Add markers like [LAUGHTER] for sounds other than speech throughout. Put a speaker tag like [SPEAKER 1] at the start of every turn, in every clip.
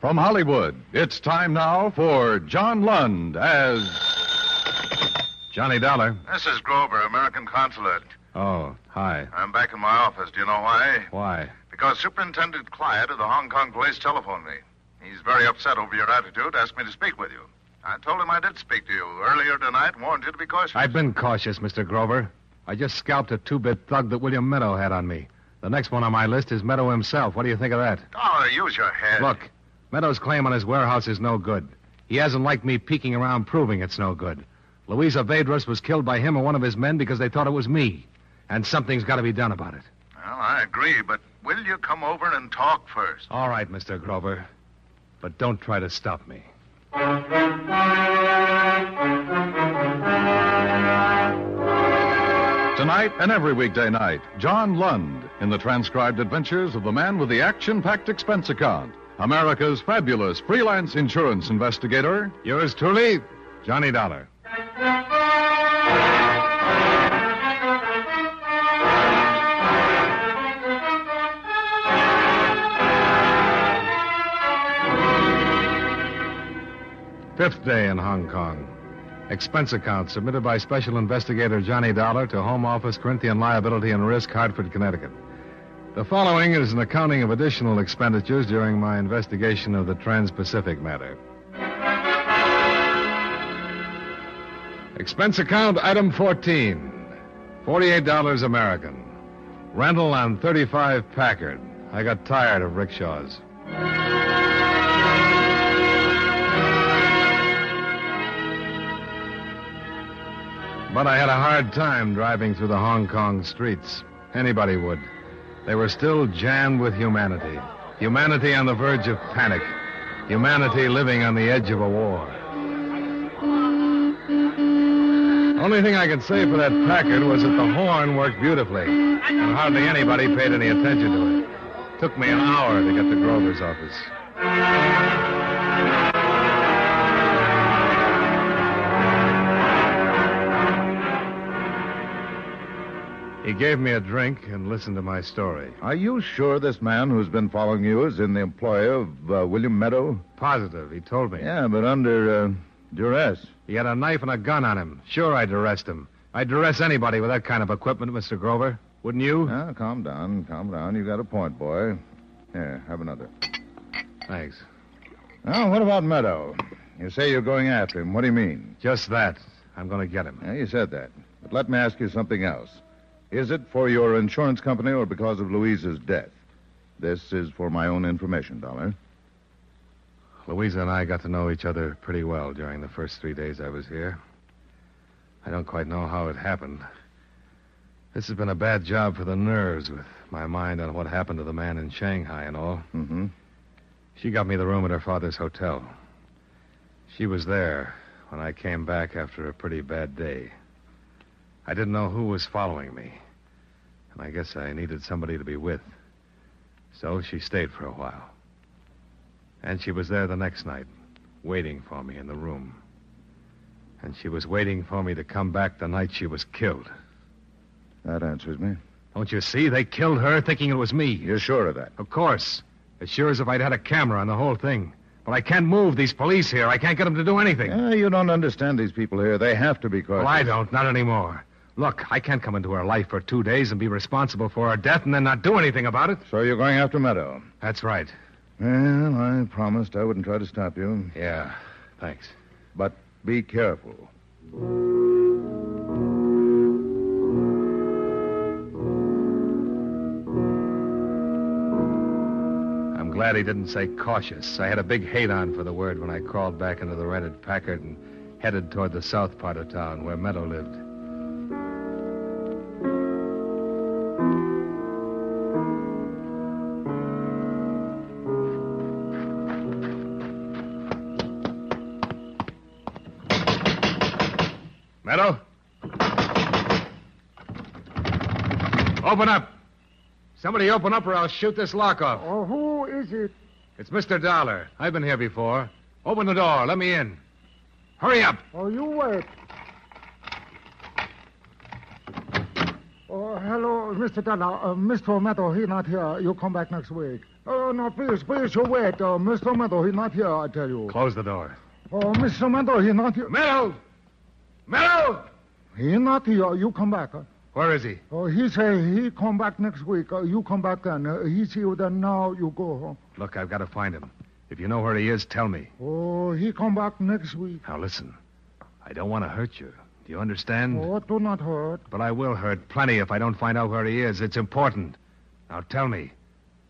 [SPEAKER 1] From Hollywood, it's time now for John Lund as Johnny Dollar.
[SPEAKER 2] This is Grover, American Consulate.
[SPEAKER 1] Oh, hi.
[SPEAKER 2] I'm back in my office. Do you know why?
[SPEAKER 1] Why?
[SPEAKER 2] Because Superintendent Clyde of the Hong Kong police telephoned me. He's very upset over your attitude, asked me to speak with you. I told him I did speak to you earlier tonight, warned you to be cautious.
[SPEAKER 3] I've been cautious, Mr. Grover. I just scalped a two bit thug that William Meadow had on me. The next one on my list is Meadow himself. What do you think of that?
[SPEAKER 2] Dollar, use your head.
[SPEAKER 3] Look, Meadow's claim on his warehouse is no good. He hasn't liked me peeking around proving it's no good. Louisa Vadros was killed by him and one of his men because they thought it was me. And something's got to be done about it.
[SPEAKER 2] Well, I agree, but will you come over and talk first?
[SPEAKER 3] All right, Mr. Grover. But don't try to stop me.
[SPEAKER 1] Tonight and every weekday night, John Lund in the transcribed adventures of the man with the action packed expense account, America's fabulous freelance insurance investigator.
[SPEAKER 3] Yours truly, Johnny Dollar. Fifth day in Hong Kong. Expense account submitted by Special Investigator Johnny Dollar to Home Office Corinthian Liability and Risk, Hartford, Connecticut. The following is an accounting of additional expenditures during my investigation of the Trans Pacific matter. Expense account item 14 $48 American. Rental on 35 Packard. I got tired of rickshaws. But I had a hard time driving through the Hong Kong streets. Anybody would. They were still jammed with humanity. Humanity on the verge of panic. Humanity living on the edge of a war. Only thing I could say for that Packard was that the horn worked beautifully, and hardly anybody paid any attention to it. Took me an hour to get to Grover's office. He gave me a drink and listened to my story.
[SPEAKER 4] Are you sure this man who's been following you is in the employ of uh, William Meadow?
[SPEAKER 3] Positive, he told me.
[SPEAKER 4] Yeah, but under uh, duress.
[SPEAKER 3] He had a knife and a gun on him. Sure, I'd arrest him. I'd arrest anybody with that kind of equipment, Mr. Grover. Wouldn't you?
[SPEAKER 4] Ah, calm down, calm down. You got a point, boy. Here, have another.
[SPEAKER 3] Thanks.
[SPEAKER 4] Now, what about Meadow? You say you're going after him. What do you mean?
[SPEAKER 3] Just that. I'm going to get him.
[SPEAKER 4] Yeah, you said that. But let me ask you something else. Is it for your insurance company or because of Louise's death? This is for my own information, Dollar.
[SPEAKER 3] Louisa and I got to know each other pretty well during the first three days I was here. I don't quite know how it happened. This has been a bad job for the nerves with my mind on what happened to the man in Shanghai and all.
[SPEAKER 4] Mm-hmm.
[SPEAKER 3] She got me the room at her father's hotel. She was there when I came back after a pretty bad day. I didn't know who was following me, and I guess I needed somebody to be with. So she stayed for a while. And she was there the next night, waiting for me in the room. And she was waiting for me to come back the night she was killed.
[SPEAKER 4] That answers me.
[SPEAKER 3] Don't you see? They killed her thinking it was me.
[SPEAKER 4] You're sure of that?
[SPEAKER 3] Of course. As sure as if I'd had a camera on the whole thing. But I can't move these police here. I can't get them to do anything.
[SPEAKER 4] Yeah, you don't understand these people here. They have to be cautious.
[SPEAKER 3] Well, I don't. Not anymore. Look, I can't come into her life for two days and be responsible for her death and then not do anything about it.
[SPEAKER 4] So you're going after Meadow?
[SPEAKER 3] That's right.
[SPEAKER 4] Well, I promised I wouldn't try to stop you.
[SPEAKER 3] Yeah. Thanks.
[SPEAKER 4] But be careful.
[SPEAKER 3] I'm glad he didn't say cautious. I had a big hate on for the word when I crawled back into the rented Packard and headed toward the south part of town where Meadow lived. Meadow? Open up. Somebody open up or I'll shoot this lock off.
[SPEAKER 5] Oh, who is it?
[SPEAKER 3] It's Mr. Dollar. I've been here before. Open the door. Let me in. Hurry up.
[SPEAKER 5] Oh, you wait. Oh, hello, Mr. Della. Uh, Mr. Meadow, he not here. You come back next week. Oh, no, please, please, you wait. Uh, Mr. Meadow, he's not here, I tell you.
[SPEAKER 3] Close the door.
[SPEAKER 5] Oh, Mr. Meadow, he's not here.
[SPEAKER 3] Meadows! Meadows!
[SPEAKER 5] He's not here. You come back. Huh?
[SPEAKER 3] Where is he?
[SPEAKER 5] Oh, he say he come back next week. Uh, you come back then. Uh, he see you then. Now you go home.
[SPEAKER 3] Look, I've got to find him. If you know where he is, tell me.
[SPEAKER 5] Oh, he come back next week.
[SPEAKER 3] Now listen. I don't want to hurt you. Do you understand?
[SPEAKER 5] Oh, do not hurt.
[SPEAKER 3] But I will hurt plenty if I don't find out where he is. It's important. Now tell me.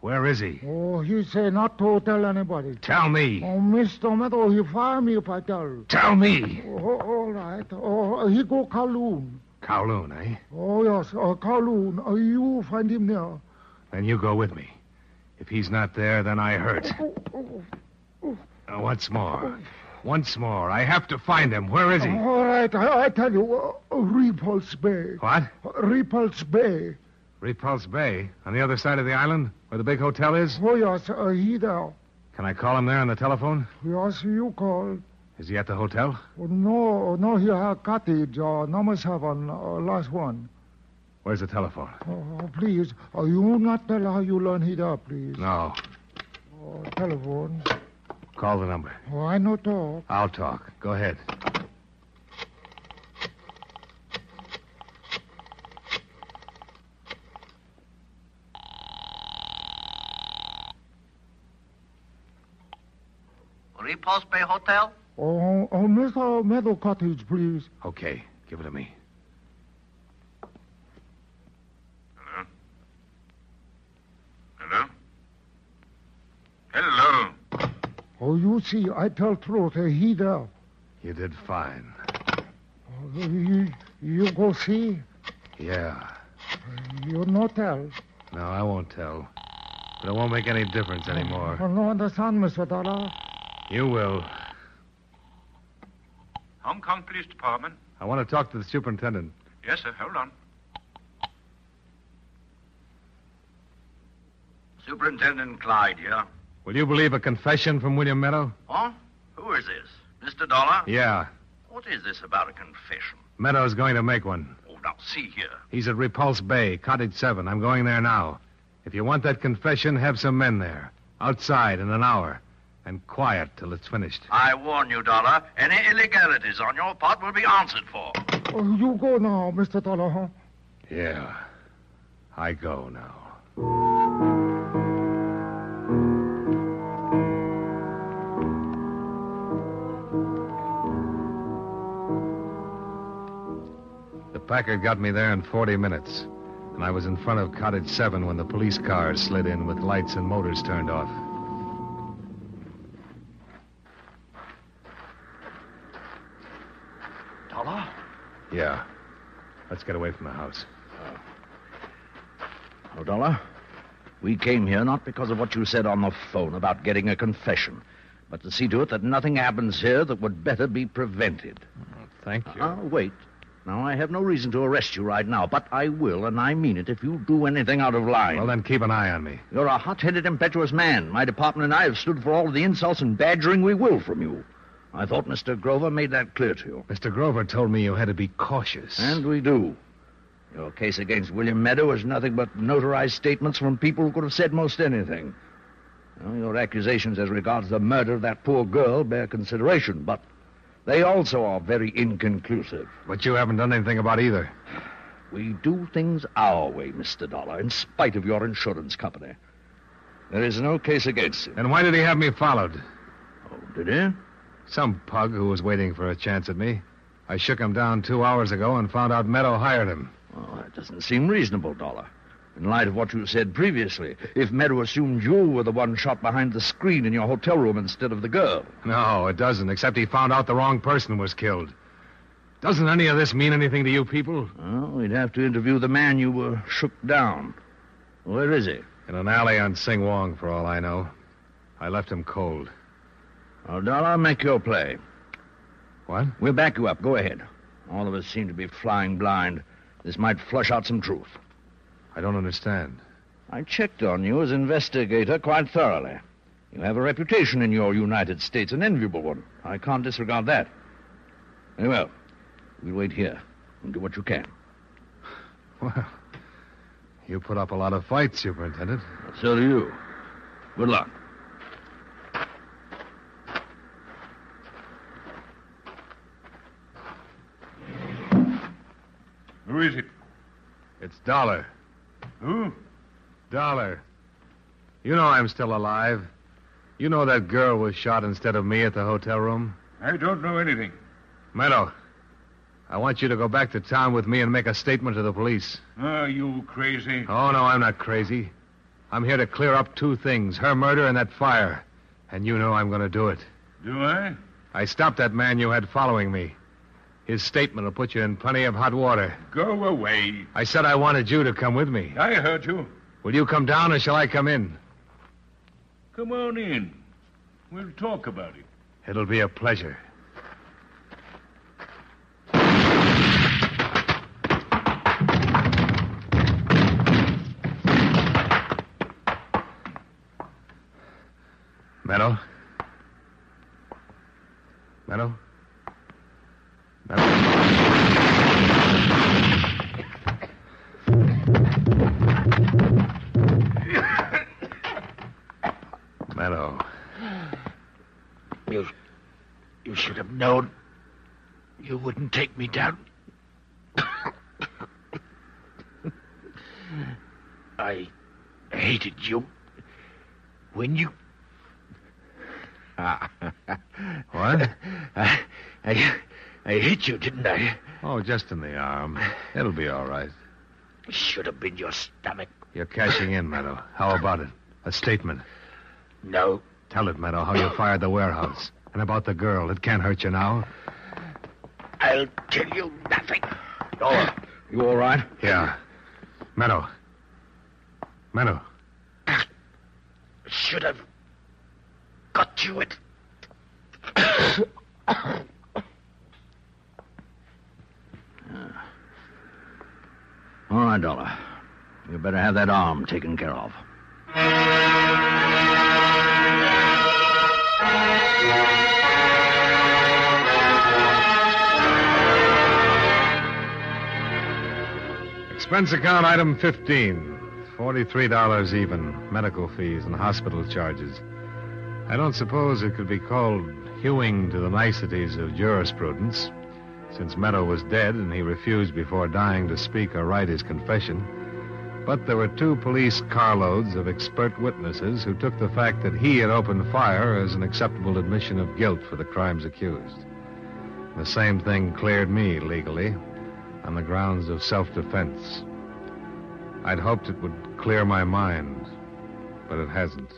[SPEAKER 3] Where is he?
[SPEAKER 5] Oh, he say not to tell anybody.
[SPEAKER 3] Tell me.
[SPEAKER 5] Oh, Mr. Meadow, he fire me if I tell.
[SPEAKER 3] Tell me.
[SPEAKER 5] Oh, all right. Oh, he go Kowloon.
[SPEAKER 3] Kowloon, eh?
[SPEAKER 5] Oh, yes, uh, Kowloon. Uh, you find him there.
[SPEAKER 3] Then you go with me. If he's not there, then I hurt. Now, once more. Once more. I have to find him. Where is he?
[SPEAKER 5] All right, I, I tell you, uh, Repulse Bay.
[SPEAKER 3] What?
[SPEAKER 5] Repulse Bay.
[SPEAKER 3] Repulse Bay, on the other side of the island, where the big hotel is?
[SPEAKER 5] Oh, yes, uh, he there.
[SPEAKER 3] Can I call him there on the telephone?
[SPEAKER 5] Yes, you call.
[SPEAKER 3] Is he at the hotel?
[SPEAKER 5] Oh, no, no, he have cottage, uh, number seven, uh, last one.
[SPEAKER 3] Where's the telephone?
[SPEAKER 5] Oh, please, uh, you not tell how you learn he there, please.
[SPEAKER 3] No.
[SPEAKER 5] Oh, telephone.
[SPEAKER 3] Call the number.
[SPEAKER 5] Oh, I no talk.
[SPEAKER 3] I'll talk. Go ahead.
[SPEAKER 6] Repulse Bay Hotel?
[SPEAKER 5] Oh, oh, Mr. Meadow Cottage, please.
[SPEAKER 3] Okay. Give it to me.
[SPEAKER 2] Hello? Hello? Hello?
[SPEAKER 5] Oh, you see, I tell truth, uh, he there.
[SPEAKER 3] You did fine.
[SPEAKER 5] Oh, you, you go see,
[SPEAKER 3] Yeah.
[SPEAKER 5] you no tell.
[SPEAKER 3] No, I won't tell. But it won't make any difference anymore.
[SPEAKER 5] Oh, no understand, Mr. Dollar.
[SPEAKER 3] You will.
[SPEAKER 2] Hong Kong Police Department.
[SPEAKER 3] I want to talk to the superintendent.
[SPEAKER 2] Yes, sir. Hold on.
[SPEAKER 6] Superintendent Clyde here.
[SPEAKER 3] Will you believe a confession from William Meadow?
[SPEAKER 6] Huh? Who is this? Mr. Dollar?
[SPEAKER 3] Yeah.
[SPEAKER 6] What is this about a confession?
[SPEAKER 3] Meadow's going to make one.
[SPEAKER 6] Oh, now, see here.
[SPEAKER 3] He's at Repulse Bay, Cottage 7. I'm going there now. If you want that confession, have some men there. Outside in an hour. And quiet till it's finished.
[SPEAKER 6] I warn you, Dollar, any illegalities on your part will be answered for.
[SPEAKER 5] Oh, you go now, Mr. Dollar, huh?
[SPEAKER 3] Yeah. I go now. The Packard got me there in 40 minutes, and I was in front of Cottage 7 when the police car slid in with lights and motors turned off.
[SPEAKER 6] Dollar?
[SPEAKER 3] Yeah. Let's get away from the house.
[SPEAKER 6] Oh, Dollar? We came here not because of what you said on the phone about getting a confession, but to see to it that nothing happens here that would better be prevented.
[SPEAKER 3] Thank you.
[SPEAKER 6] Ah, wait. Now, I have no reason to arrest you right now, but I will, and I mean it, if you do anything out of line.
[SPEAKER 3] Well, then keep an eye on me.
[SPEAKER 6] You're a hot headed, impetuous man. My department and I have stood for all the insults and badgering we will from you. I thought Mr. Grover made that clear to you.
[SPEAKER 3] Mr. Grover told me you had to be cautious.
[SPEAKER 6] And we do. Your case against William Meadow is nothing but notarized statements from people who could have said most anything. Now, your accusations as regards the murder of that poor girl bear consideration, but they also are very inconclusive.
[SPEAKER 3] But you haven't done anything about either.
[SPEAKER 6] We do things our way, Mr. Dollar, in spite of your insurance company. There is no case against him.
[SPEAKER 3] Then why did he have me followed?
[SPEAKER 6] Oh, did he?
[SPEAKER 3] Some pug who was waiting for a chance at me. I shook him down two hours ago and found out Meadow hired him.
[SPEAKER 6] Well, that Oh, doesn't seem reasonable, Dollar. In light of what you said previously, if Meadow assumed you were the one shot behind the screen in your hotel room instead of the girl.
[SPEAKER 3] No, it doesn't, except he found out the wrong person was killed. Doesn't any of this mean anything to you people?
[SPEAKER 6] Well, we'd have to interview the man you were shook down. Where is he?
[SPEAKER 3] In an alley on Sing Wong, for all I know. I left him cold.
[SPEAKER 6] Now, Dollar, make your play.
[SPEAKER 3] What?
[SPEAKER 6] We'll back you up. Go ahead. All of us seem to be flying blind. This might flush out some truth.
[SPEAKER 3] I don't understand.
[SPEAKER 6] I checked on you as investigator quite thoroughly. You have a reputation in your United States, an enviable one. I can't disregard that. Very well. We'll wait here and do what you can.
[SPEAKER 3] Well, you put up a lot of fights, Superintendent.
[SPEAKER 6] So do you. Good luck.
[SPEAKER 7] Who is it?
[SPEAKER 3] It's Dollar.
[SPEAKER 7] Who?
[SPEAKER 3] Dollar. You know I'm still alive. You know that girl was shot instead of me at the hotel room.
[SPEAKER 7] I don't know anything.
[SPEAKER 3] Meadow, I want you to go back to town with me and make a statement to the police.
[SPEAKER 7] Are you crazy?
[SPEAKER 3] Oh, no, I'm not crazy. I'm here to clear up two things her murder and that fire. And you know I'm going to do it.
[SPEAKER 7] Do I?
[SPEAKER 3] I stopped that man you had following me. His statement will put you in plenty of hot water.
[SPEAKER 7] Go away.
[SPEAKER 3] I said I wanted you to come with me.
[SPEAKER 7] I heard you.
[SPEAKER 3] Will you come down or shall I come in?
[SPEAKER 7] Come on in. We'll talk about it.
[SPEAKER 3] It'll be a pleasure. Meadow? Meadow? Meadow? [COUGHS] Meadow.
[SPEAKER 8] You, you should have known. You wouldn't take me down. I hated you. When you. Ah.
[SPEAKER 3] What?
[SPEAKER 8] I, I, I hit you, didn't I?
[SPEAKER 3] Oh, just in the arm. It'll be all right.
[SPEAKER 8] Should have been your stomach.
[SPEAKER 3] You're cashing in, Meadow. How about it? A statement.
[SPEAKER 8] No.
[SPEAKER 3] Tell it, Meadow, how you fired the warehouse. And about the girl. It can't hurt you now.
[SPEAKER 8] I'll tell you nothing.
[SPEAKER 6] Dollar, you all right?
[SPEAKER 3] Yeah. Meadow. Meadow.
[SPEAKER 8] Should have got
[SPEAKER 6] [COUGHS]
[SPEAKER 8] you it.
[SPEAKER 6] All right, Dollar. You better have that arm taken care of.
[SPEAKER 3] Expense account item 15. $43 even. Medical fees and hospital charges. I don't suppose it could be called hewing to the niceties of jurisprudence. Since Meadow was dead and he refused before dying to speak or write his confession. But there were two police carloads of expert witnesses who took the fact that he had opened fire as an acceptable admission of guilt for the crimes accused. The same thing cleared me legally on the grounds of self defense. I'd hoped it would clear my mind, but it hasn't.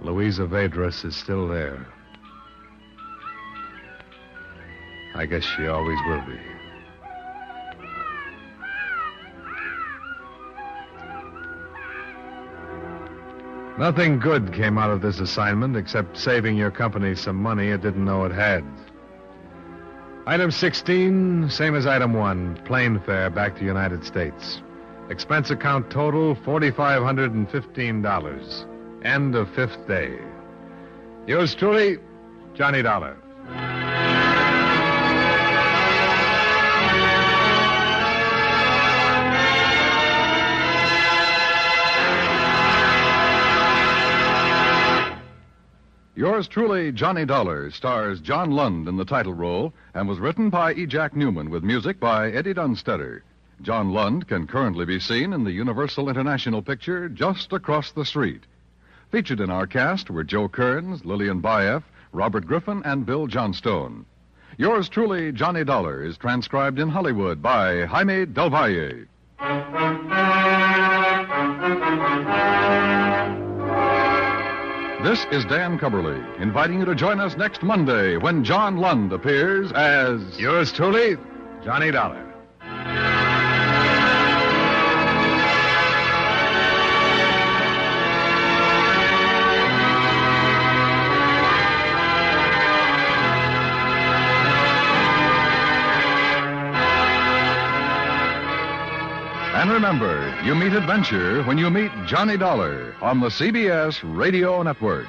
[SPEAKER 3] Louisa Vedras is still there. I guess she always will be. Nothing good came out of this assignment except saving your company some money it didn't know it had. Item 16, same as item 1, plane fare back to United States. Expense account total $4,515. End of fifth day. Yours truly, Johnny Dollar.
[SPEAKER 1] Yours truly, Johnny Dollar, stars John Lund in the title role and was written by E. Jack Newman with music by Eddie Dunstetter. John Lund can currently be seen in the Universal International picture just across the street. Featured in our cast were Joe Kearns, Lillian Baeff, Robert Griffin, and Bill Johnstone. Yours truly, Johnny Dollar, is transcribed in Hollywood by Jaime Del Valle. This is Dan Cumberly inviting you to join us next Monday when John Lund appears as.
[SPEAKER 3] Yours truly, Johnny Dollar.
[SPEAKER 1] And remember, you meet adventure when you meet Johnny Dollar on the CBS Radio Network.